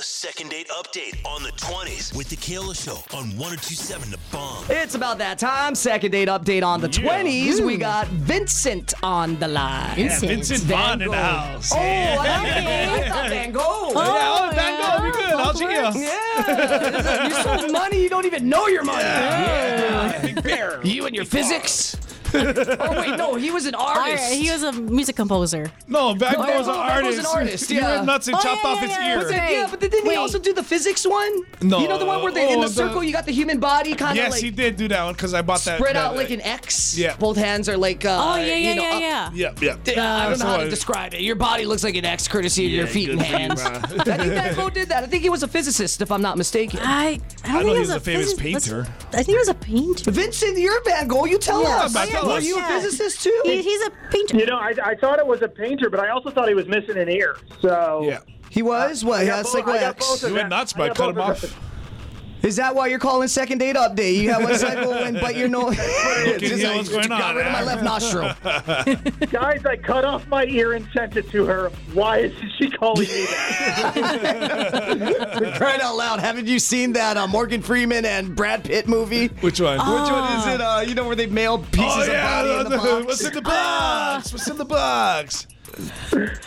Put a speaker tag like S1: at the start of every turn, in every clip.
S1: second date update on the 20s with the Kayla Show on 1027 The Bomb.
S2: It's about that time. Second date update on the 20s. We got Vincent on the line.
S3: Yeah, Vincent Vaughn in the house.
S2: Oh, I like it. Van Gogh.
S3: yeah, oh, Van Gogh, we good. How's you?
S2: Yeah. you so money, you don't even know your money.
S3: You and your physics?
S2: Oh, wait, no, he was an
S4: Art-
S2: artist.
S4: He was a music composer.
S3: No, Van Gogh's an
S2: Van Gogh's
S3: artist.
S2: an artist,
S3: He
S2: yeah.
S3: went nuts and
S4: Oh,
S3: chopped
S4: yeah,
S3: off
S4: yeah,
S3: his
S4: yeah,
S3: ear.
S4: that's
S2: But yeah, but didn't he
S4: Wait.
S2: also do the physics one?
S3: No.
S2: You know the one where they in
S3: Oh,
S2: the
S3: the-
S2: circle, you got the human body kind of
S3: Yes,
S2: like
S3: he did do that one because I bought that.
S2: spread
S3: that-
S2: out like an X.
S3: Yeah.
S2: Both hands are like, uh,
S4: Oh, yeah, yeah,
S2: you know,
S4: yeah,
S2: up-
S4: yeah.
S3: Yeah, yeah.
S2: I don't
S3: That's
S2: know how
S3: what
S2: to
S3: I-
S2: describe it. Your body looks like an X courtesy of your
S3: Yeah,
S2: feet and
S3: good for you,
S2: hands. I
S3: bro.
S2: think that Van Gogh did that. I think he was a physicist, if I'm not mistaken.
S4: I, I don't
S3: I know
S4: think
S3: he
S4: it
S3: was a famous
S4: physic- let's-
S3: painter.
S4: I think he was a painter.
S2: Vincent, you're Van Gogh. You tell
S4: Yeah,
S2: us.
S3: but tell
S2: Were
S3: us.
S2: you a
S4: Yeah.
S2: physicist too?
S4: He, he's a painter.
S5: You know, I, I thought it was a painter, but I also thought he was missing an ear. So
S3: Yeah.
S2: He was? What?
S5: I got
S2: That's
S5: both-
S2: like
S5: I
S2: what
S5: got both
S2: X?
S5: of
S3: He
S5: them.
S3: went nuts,
S5: I
S3: but I
S5: got
S3: cut him
S5: both of
S3: off.
S5: them.
S2: Is that why you're calling second date update? You have one cycle and but you're no. Just
S3: yeah,
S2: like,
S3: what's going
S2: Got
S3: on,
S2: rid of my
S3: man?
S2: left nostril.
S5: Guys, I cut off my ear and sent it to her. Why is she calling me that?
S2: Crying out loud! Haven't you seen that uh, Morgan Freeman and Brad Pitt movie?
S3: Which one?
S2: Which one is it? Uh, you know where they mail pieces
S3: Oh,
S2: of body
S3: yeah.
S2: in the box.
S3: What's in the box? What's in the box?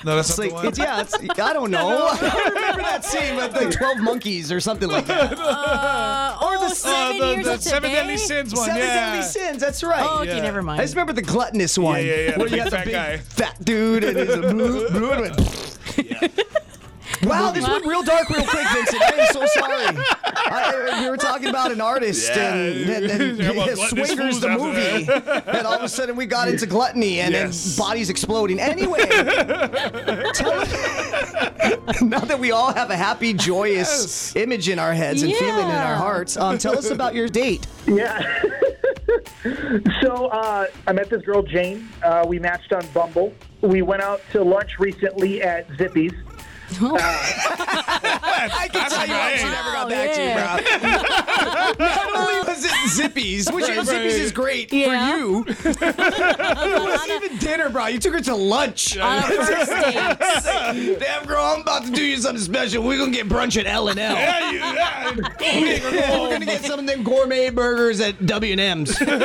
S3: No, that's
S2: It's
S3: not the
S2: like,
S3: one.
S2: it's, yeah, it's, I don't know. I don't remember that scene with the 12 monkeys or something like that.
S4: or the
S3: Uh,
S4: oh, seven
S3: the,
S4: years
S3: the
S4: of
S3: Seven
S4: today?
S3: Deadly Sins one.
S2: Seven
S3: yeah.
S2: Deadly Sins, that's right.
S4: Oh, okay,
S3: Yeah.
S4: never
S2: I just
S4: mind.
S2: remember the gluttonous one.
S3: yeah, yeah, the
S2: Where you
S3: big
S2: have the
S3: fat
S2: big
S3: guy.
S2: fat dude and he's a blue, blue and went. Wow, this went real dark real quick, Vincent. I am so sorry. I, we were talking about an artist
S3: Yeah.
S2: and, and, and
S3: Yeah, well, gluttonous
S2: Swingers
S3: fools
S2: the
S3: after
S2: movie, and all of a sudden we got into gluttony and, and
S3: Yes.
S2: bodies exploding. Anyway, tell now that we all have a happy, joyous image in our heads and feeling in our
S4: Yeah.
S2: hearts, um, tell us about your date.
S5: Yeah. so uh, I met this girl, Jane. Uh, we matched on Bumble. We went out to lunch recently at Zippy's.
S2: I can
S3: That's
S2: tell you
S3: right.
S2: she never got
S4: Wow,
S2: back
S4: yeah.
S2: to you, bro. Not only was it Zippies, which
S3: Right, right.
S2: Zippies is great
S4: Yeah.
S2: for you. it wasn't even dinner, bro. You took her to lunch.
S4: On a first date.
S2: Damn, girl, I'm about to do you something special. We're going to get brunch at L&L.
S3: Yeah, you, yeah.
S2: We're going to get some of them gourmet burgers at W&M's. Go
S4: You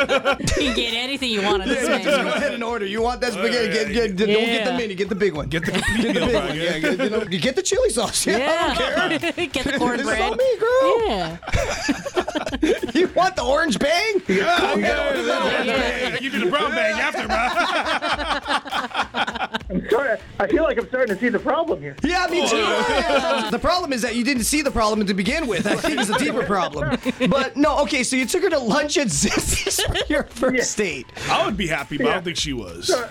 S4: can get anything you want on this menu.
S2: ahead and order. You want that spaghetti?
S3: yeah,
S2: Get, get, Don't get the
S4: Yeah.
S2: mini. Get the big one.
S3: Get the complete meal,
S2: big
S3: bro.
S2: one. Yeah, get, you know, you get the chili sauce. Yeah, I don't care.
S4: Yeah. Get the
S2: This is on
S4: cornbread.
S2: me, girl.
S4: Yeah.
S2: You want the orange bang?
S3: Yeah,
S4: Yeah.
S3: yeah. You do the brown bag after, bro.
S5: I'm sorry. I feel like I'm starting to see the problem here.
S2: Yeah, me too. the problem is that you didn't see the problem to begin with. I think it's a deeper problem. But no, okay, so you took her to lunch at Ziz's for your first date.
S3: I would be happy, but I don't think she was.
S5: So,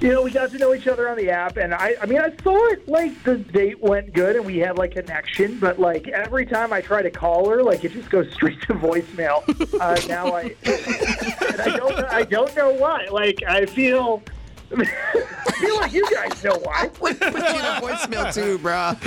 S5: you know, we got to know each other on the app, and I, I mean, I thought like the date went good and we had like connection, but like every time I try to call her, like it just goes straight to voicemail. Uh, now I, and I don't, I don't know why. Like I feel, I feel like you guys know why.
S2: We put you in a voicemail too, bruh.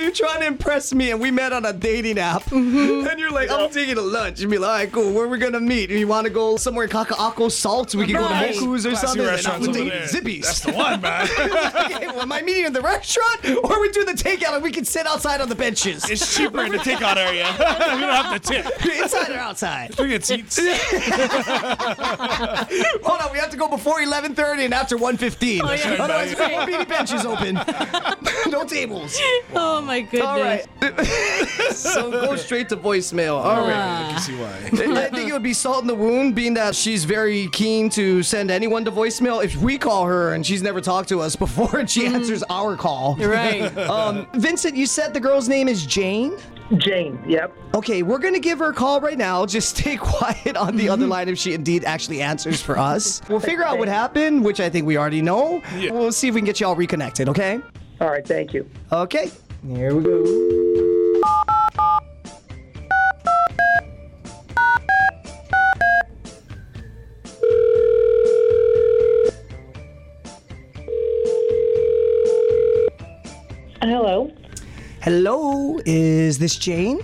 S2: You're trying to impress me, and we met on a dating app.
S3: Mm-hmm.
S2: And you're like, I'm taking a lunch. And be like, all right, cool, where we going to meet? And you want to go somewhere in Kaka'ako Salt? We can
S4: Right.
S2: go to Moku's or
S3: Classy
S2: something. And I'm
S3: restaurants over
S2: dating
S3: there.
S2: Zippies.
S3: That's the one, man.
S2: okay, well, am I meeting in the restaurant? Or we do the takeout and we can sit outside on the benches?
S3: It's cheaper in the takeout area. you don't have to tip.
S2: Inside or outside?
S3: We get seats.
S2: Hold on, we have to go before 11:30 and after 1:15.
S4: Oh, yeah.
S2: Otherwise,
S4: That's right.
S2: meaty benches open, no tables.
S4: Oh, my goodness.
S2: All right. so go straight to voicemail.
S4: Uh,
S2: All right.
S3: I can see why.
S2: I think it would be salt in the wound, being that she's very keen to send anyone to voicemail. If we call her and she's never talked to us before, and she answers our call.
S4: Right.
S2: Um, Vincent, you said the girl's name is Jane.
S5: Jane. Yep.
S2: Okay, we're gonna give her a call right now. Just stay quiet on the other line if she indeed actually answers for us. We'll figure out what happened, which I think we already know.
S3: Yeah.
S2: We'll see if we can get y'all reconnected, okay?
S5: All right. Thank you.
S2: Okay. Here we go.
S6: Hello,
S2: Hello, is this Jane?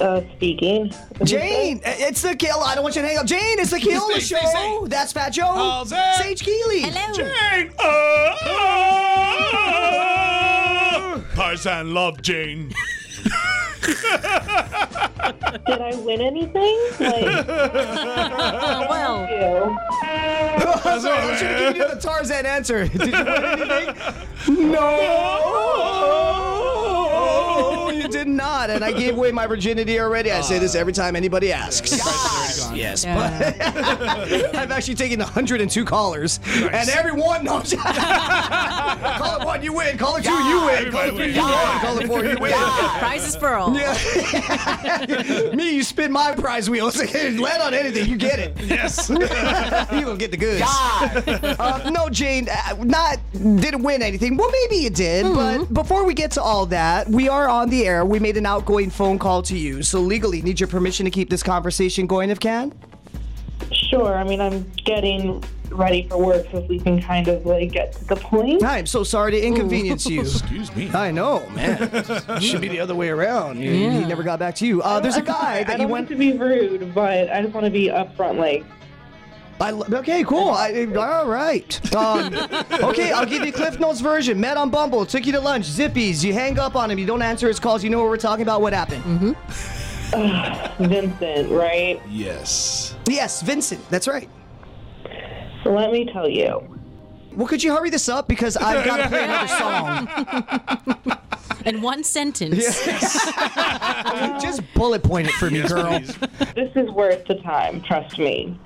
S6: uh, speaking.
S2: Jane, it's the Kill. I don't want you to hang up. Jane, it's the Kill
S3: Say- say-
S2: Show. That's Fat Joe.
S3: How's it? uh,
S2: Sage Keeley.
S4: Hello.
S3: Jane! Oh, oh, oh, Tarzan loved Jane.
S6: Did I win anything? Like,
S4: Uh, well,
S6: you.
S2: I'm sorry, I was trying to give you the Tarzan answer. Did you win anything? No. Oh, You did not. And I gave away my virginity already. I say this every time anybody asks.
S1: Yes.
S4: yeah.
S2: I've actually taken 102 callers, and every one knows. call it one, you win. Call it two, you win. Call it three, you win. Call it four, you win.
S4: Prize is for all.
S2: Me, you spin my prize wheels. Land on anything, you get it.
S3: Yes.
S2: you gonna get the goods. Uh, no, Jane, uh, not didn't win anything. Well, maybe you did, but before we get to all that, we are on the air. We made an outgoing phone call to you, so legally need your permission to keep this conversation going, if can.
S6: Sure. I mean, I'm getting ready for work, so if we can kind of like get to the point.
S2: I'm so sorry to inconvenience you.
S3: Excuse me.
S2: I know, man. Should be the other way around. You- He never got back to you. Uh, there's a guy
S6: I
S2: that you
S6: don't
S2: went.
S6: want to be rude, but I just want to be upfront. Like,
S2: I lo- okay, cool. I, all right. Um, okay, I'll give you Cliff Notes version. Met on Bumble, took you to lunch, zippies. You hang up on him. You don't answer his calls. You know what we're talking about. What happened?
S4: Mm-hmm.
S6: Vincent, right?
S3: Yes.
S2: Yes, Vincent. That's right.
S6: So let me tell you.
S2: Well, could you hurry this up because I've got to play another song.
S4: In one sentence.
S2: Just bullet point it for me, girl.
S6: This is worth the time, trust me.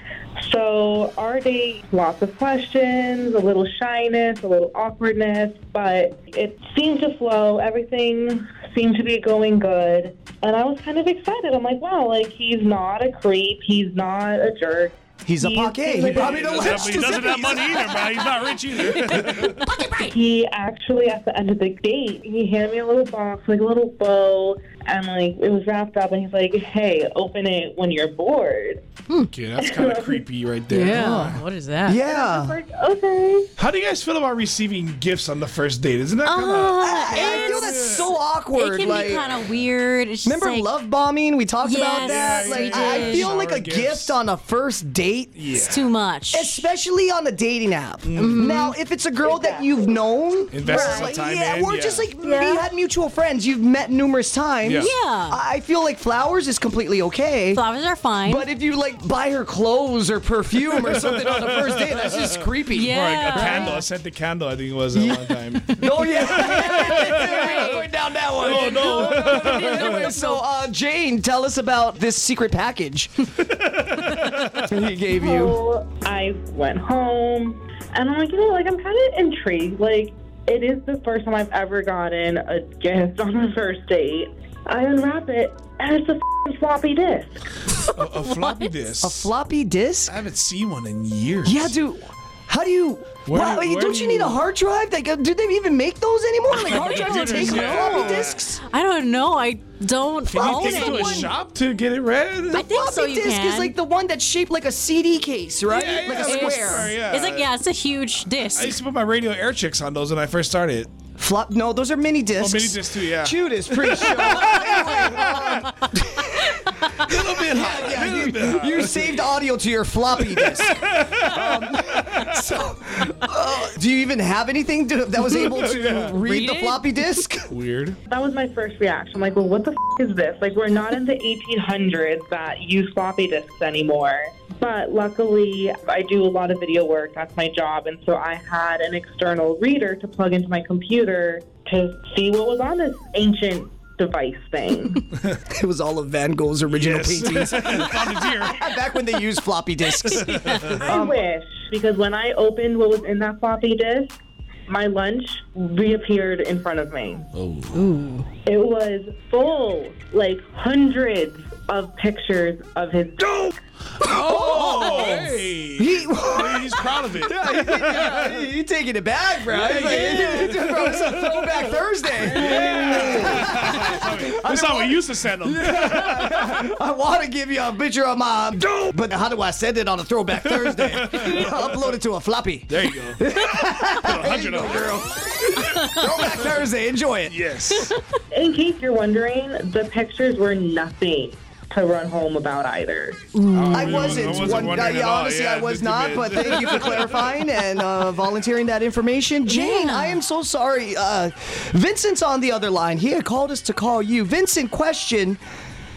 S6: So, our date, lots of questions, a little shyness, a little awkwardness, but it seemed to flow. Everything seemed to be going good. And I was kind of excited. I'm like, wow, like, he's not a creep, he's not a jerk.
S2: He's a
S6: He's
S2: pocket. He
S6: intimidating.
S2: probably don't
S3: Doesn't have-
S2: lynch the
S3: He doesn't have
S2: zippies.
S3: money either, bro. He's not rich either.
S6: He actually, at the end of the date, he handed me a little box, like a little bow, and like it was wrapped up. And he's like, "Hey, open it when you're bored."
S3: okay, that's kind of creepy right there.
S4: Yeah. What is that?
S2: Yeah.
S6: Like, okay.
S3: How do you guys feel about receiving gifts on the first date? Isn't that kind of
S4: Uh,
S2: I feel that's
S4: it's,
S2: so awkward.
S4: it can
S2: like,
S4: be kind of weird. It's just
S2: Remember
S4: like,
S2: love bombing? We talked about
S4: Yes,
S2: that.
S4: Yeah,
S2: Like
S4: we
S2: I
S4: did.
S2: feel like a
S3: Shower gifts.
S2: gift on a first date,
S4: It's too much.
S2: especially on a dating app. Mm-hmm. Now, if it's a girl that you've known,
S3: Mm-hmm. Invest some
S2: like,
S3: time
S2: yeah,
S3: in,
S2: or
S3: yeah.
S2: just like maybe you had mutual friends you've met numerous times.
S3: Yeah.
S4: Yeah.
S2: I I feel like flowers is completely okay.
S4: Flowers are fine.
S2: But if you like buy her clothes or perfume or something on the first date, that's just creepy.
S3: or like
S4: yeah.
S3: a candle? I sent the candle. I think it was at one time.
S2: Oh yeah. going down that one.
S3: oh no!
S2: Anyway, so uh, Jane, tell us about this secret package he gave you.
S6: So I went home, and I'm like, you know, like I'm kind of intrigued. Like it is the first time I've ever gotten a gift on the first date. I unwrap it, and it's a f***ing floppy disk.
S3: A, a floppy disk.
S2: A floppy disk?
S3: I haven't seen one in years.
S2: Yeah, dude. How do you?
S3: Where
S2: wow,
S3: do-
S2: hey,
S3: where
S2: don't
S3: do
S2: you need a
S3: you-
S2: hard drive? Like, uh, do they even make those anymore? Like hard drives that take
S3: Yeah.
S2: floppy disks?
S4: I don't know. I don't
S3: Can
S4: own
S3: you take it to a
S4: it.
S3: shop to get it read?
S4: I think so.
S2: floppy
S4: You
S2: disk
S4: can.
S2: is like the one that's shaped like a CD case, right?
S3: Yeah, yeah,
S2: like
S3: yeah.
S2: a
S4: it's,
S2: square.
S3: yeah.
S4: it's like yeah, it's a
S3: I
S4: huge
S3: used
S4: disc.
S3: to put my radio air chicks on those when I first started.
S2: Flop? No, those are mini discs.
S3: Oh, mini discs too, yeah.
S2: Judas priest show.
S3: A little bit hot.
S2: Yeah,
S3: a little
S2: you,
S3: bit hot.
S2: you saved audio to your floppy disk. Um, so, uh, do you even have anything to, that was able to read,
S4: Read
S2: the
S4: it?
S2: floppy disk?
S3: Weird.
S6: That was my first reaction. I'm like, well, what the f- is this? Like, we're not in the 1800s that use floppy disks anymore. But luckily, I do a lot of video work. That's my job. And so I had an external reader to plug into my computer to see what was on this ancient device thing.
S2: It was all of Van Gogh's original
S3: Yes.
S2: paintings.
S3: Found a deer.
S2: Back when they used floppy disks.
S6: I wish, because when I opened what was in that floppy disk, my lunch reappeared in front of me. It was full, like hundreds of pictures of his
S3: Oh, hey.
S2: He,
S3: Hey, He's proud of it.
S2: you taking it back, bro. It's like, bro, it's a throwback Thursday.
S3: That's how we used to send them.
S2: I want to give you a picture of my dope, but how do I send it on a throwback Thursday? Upload it to a floppy.
S3: There you go. Put a hundred on it.
S2: Throwback Thursday. Enjoy it.
S3: Yes.
S6: In case you're wondering, the pictures were nothing. to run home about either.
S2: I wasn't.
S3: I wasn't
S2: one,
S3: wondering
S2: yeah,
S3: at all.
S2: honestly,
S3: Yeah,
S2: I was
S3: just a
S2: not.
S3: bit.
S2: But thank you for clarifying and uh, volunteering that information, Jane.
S4: Yeah.
S2: I am so sorry. Uh, Vincent's on the other line. He had called us to call you. Vincent, question.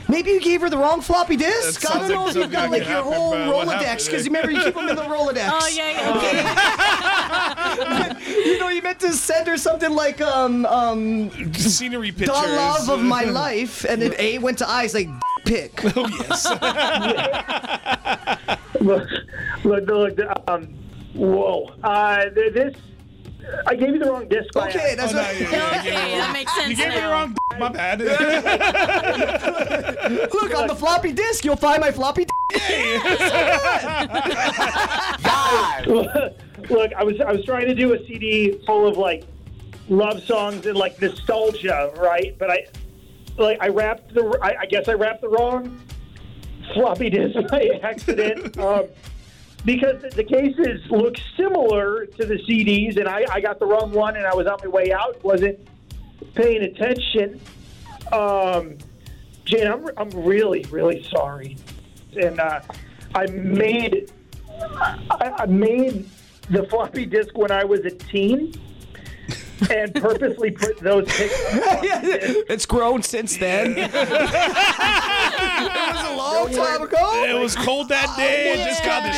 S2: Maybe you gave her the wrong floppy disk.
S3: That
S2: I don't
S3: sounds
S2: know
S3: like
S2: if you've got
S3: something
S2: like
S3: that
S2: your
S3: could
S2: whole
S3: happen, but what
S2: Rolodex
S3: happened?
S2: because remember you keep them in the Rolodex.
S4: Oh yeah, yeah. Okay.
S2: You know you meant to send her something like um um
S3: Scenery uh,
S2: the
S3: pictures.
S2: love of my life, and then A went to I's like pick.
S3: Oh yes.
S5: look, look, look. Um, whoa. Uh, th- this. I gave you the wrong disc. by
S2: Okay,
S5: accident.
S2: that's
S3: No, Oh, yeah,
S2: right.
S3: yeah, yeah.
S4: okay, that makes sense.
S3: You gave me the
S4: now.
S3: wrong. My bad.
S2: Look on the floppy disk, you'll find my floppy.
S5: look, I was I was trying to do a CD full of like love songs and like nostalgia, right? But I like I wrapped the I, I guess I wrapped the wrong floppy disk by accident. um, because the- the cases look similar to the CDs, and I, I got the wrong one, and I was on my way out, wasn't paying attention. Um, Jane, I'm, I'm really, really sorry. And uh, I made I, I made the floppy disk when I was a teen and purposely put those pics on the floppy disk.
S2: it's grown since then. it was a long time ago.
S3: it was cold that day. I just got in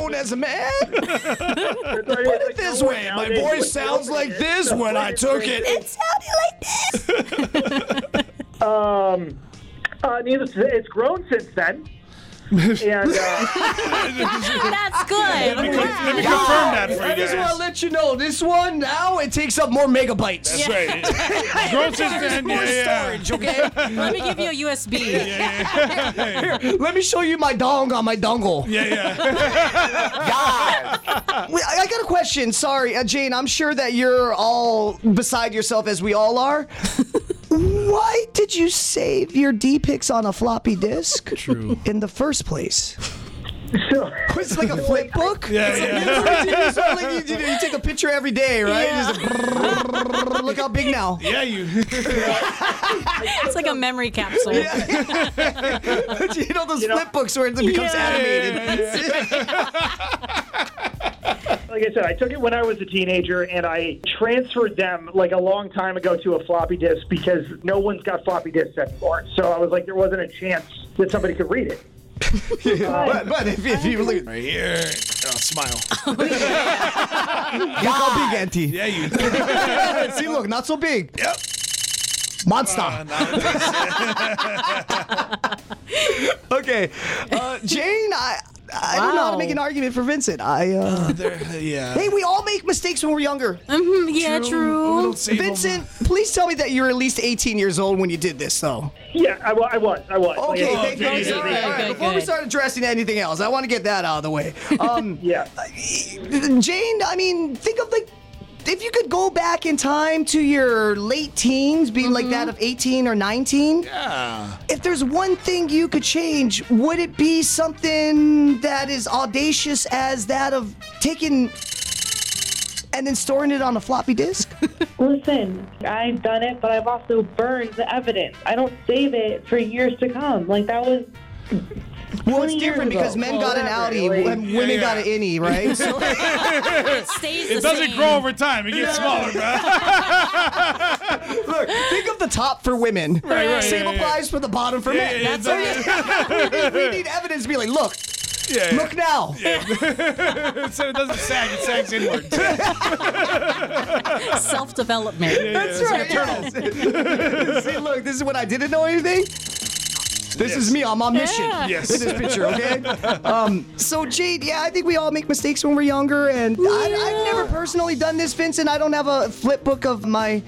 S2: Oh, It's
S3: the
S2: my
S3: shower.
S2: own as a man.
S5: It's like- it's like
S2: this
S5: no one
S2: way, my
S5: nowadays
S2: voice
S5: would
S2: sounds
S5: do
S2: like
S5: it.
S2: this
S5: So
S2: when I
S5: it's
S2: took
S5: like-
S2: it.
S4: It sounded like this.
S5: Um, uh, needless to say, it's grown since then. and uh,
S4: That's good.
S3: Let me, con- let me
S4: Wow.
S3: confirm that for
S2: I
S3: you
S2: just want to
S3: guys.
S2: let you know this one now it takes up more megabytes.
S3: That's right. Grown since then. Yeah, yeah.
S2: okay?
S4: Let me give you a USB.
S3: Yeah, yeah.
S2: Let me show you my dong on my dongle.
S3: yeah, yeah.
S2: Wait, I I got a question. Sorry, uh, Jane. I'm sure that you're all beside yourself as we all are. Why did you save your D pics on a floppy disk True. in the first place?
S5: so,
S2: It's like a flip book.
S3: Yeah,
S2: It's
S3: yeah.
S2: like- it's like you, you- you take a picture every day, right? Just a- look how big now.
S3: Yeah, you.
S4: It's like a memory capsule.
S2: you know those
S5: know-
S2: flip books where it becomes
S4: Yeah.
S2: animated.
S5: like I said, I took it when I was a teenager, and I transferred them like a long time ago to a floppy disk because no one's got floppy disks anymore. So I was like, there wasn't a chance that somebody could read it.
S2: But, but if, if you look,
S3: Right here. Oh, smile.
S2: look how big, Auntie.
S3: Yeah, you.
S2: See, look, not so big.
S3: Yep.
S2: Monster.
S3: Uh, now-
S2: Okay, uh, Jane, I I don't know how to
S4: Wow.
S2: make an argument for Vincent. I uh,
S3: there- yeah.
S2: hey, we all make mistakes when we're younger.
S4: Mhm, yeah,
S3: We
S4: true.
S3: don't save 'em.
S2: Vincent, please tell me that you were at least 18 years old when you did this, though.
S5: Yeah, I, wa- I was. I was. Like,
S2: Okay,
S5: I-
S2: thank
S3: okay,
S2: you.
S3: yeah,
S2: All right,
S3: yeah,
S2: all right,
S4: yeah.
S2: Before we
S4: Good.
S2: start addressing anything else, I want to get that out of the way. Um,
S5: Yeah.
S2: Jane, I mean, think of like. If you could go back in time to your late teens, being like that of 18 or 19,
S3: Yeah.
S2: if there's one thing you could change, would it be something that is audacious as that of taking and then storing it on a floppy disk?
S6: Listen, I've done it, but I've also burned the evidence. I don't save it for years to come. Like that was
S2: Well, it's
S6: 20 years
S2: different because
S6: ago.
S2: men got an
S6: Whatever,
S2: Audi
S6: like-
S2: and women
S3: Yeah,
S2: got an innie, right? So,
S4: It stays
S3: It
S4: the
S3: doesn't
S4: same.
S3: grow over time. It gets smaller, bro.
S2: look, think of the top for women.
S3: Right, right,
S2: Same
S3: yeah, yeah.
S2: applies for the bottom for men.
S3: yeah,
S2: So, yeah, we, need, we need evidence to be like, look,
S3: Yeah.
S2: look now.
S3: So it doesn't sag. It sags inward. Yeah,
S4: Self development.
S2: That's
S3: yeah.
S2: right. yes. See, look, this is when I didn't know anything. This is me on my mission.
S4: Yeah.
S3: Yes.
S2: In this picture, okay? um, so, Jade, yeah, I think we all make mistakes when we're younger, and I, I've never personally done this, Vincent. I don't have a flip book of my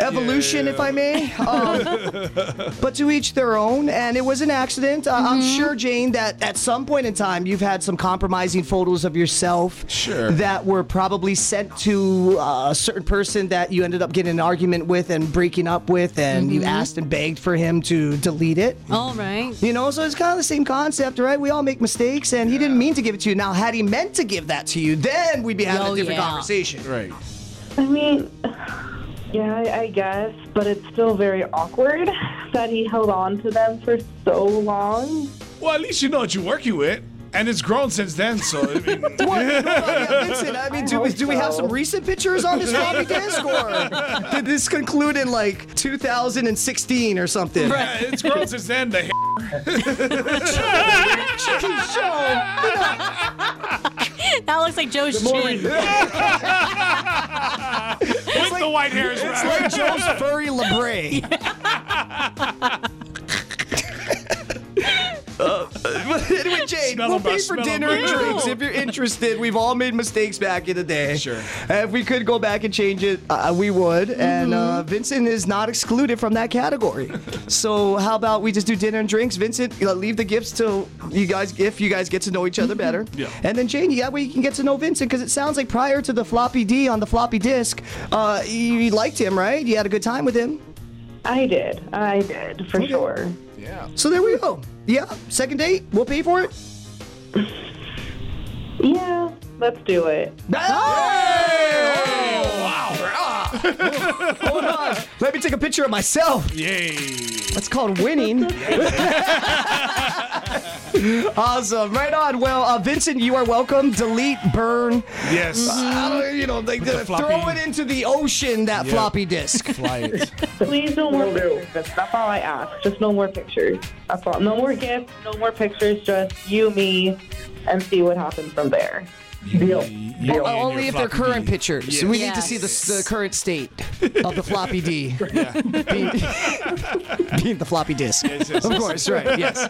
S2: evolution, if I may. Um, but to each their own, and it was an accident. Uh, I'm sure, Jane, that at some point in time, you've had some compromising photos of yourself
S3: Sure.
S2: that were probably sent to uh, a certain person that you ended up getting an argument with and breaking up with, and you asked and begged for him to delete it.
S4: All right.
S2: You know, so it's kind of the same concept, right? We all make mistakes, and he didn't mean to give it to you. Now, had he meant to give that to you, then we'd be having
S4: Oh,
S2: a different
S4: yeah.
S2: conversation.
S3: Right.
S6: I mean, Yeah, I, I guess, but it's still very awkward that he held on to them for so long.
S3: Well, at least you know what you're working with. And it's grown since then, so I mean,
S2: Yeah, Vincent, I mean, do, we, do we have some recent pictures on this floppy disk, or did this conclude in like 2016 or something?
S3: yeah, it's grown since then. The
S4: That looks like Joe's chin.
S3: with the white hair is
S2: It's
S3: right.
S2: like Joe's furry labret. Uh, but anyway, Jade,
S3: Smell
S2: we'll
S3: 'em,
S2: pay
S3: bro,
S2: for
S3: smell 'em.
S2: dinner and
S4: Ew.
S2: drinks if you're interested. We've all made mistakes back in the day.
S3: Sure.
S2: And if we could go back and change it, uh, we would. And uh, Vincent is not excluded from that category. so how about we just do dinner and drinks? Vincent, you know, leave the gifts till you guys, if you guys get to know each other better.
S3: Mm-hmm. Yeah.
S2: And then Jane, that way you can get to know Vincent because it sounds like prior to the floppy D on the floppy disk, uh, you, you liked him, right? You had a good time with him.
S6: I did. I did, for sure.
S3: Yeah.
S2: So there we go. Yeah, second date, we'll pay for it.
S6: Yeah, let's do it.
S2: Oh! Hold on. Let me take a picture of myself.
S3: Yay.
S2: That's called winning. awesome. Right on. Well, uh, Vincent, you are welcome. Delete, burn.
S3: Yes.
S2: I don't, you know, like,
S3: the floppy-
S2: throw it into the ocean, that floppy disk.
S3: Fly it.
S6: Please, no more
S5: Will do.
S6: pictures. That's, that's all I ask. Just no more pictures. That's all. No more gifts, no more pictures, just you, me, and see what happens from there.
S5: Deal.
S3: You
S2: Uh,
S3: and your
S2: only if they're
S3: floppy
S2: current
S3: D.
S2: pictures.
S3: Yes.
S2: We
S4: Yes.
S2: need to see the, the current state of the floppy D. Being, being the floppy disk.
S3: yes,
S2: of
S3: yes.
S2: course, right, yes.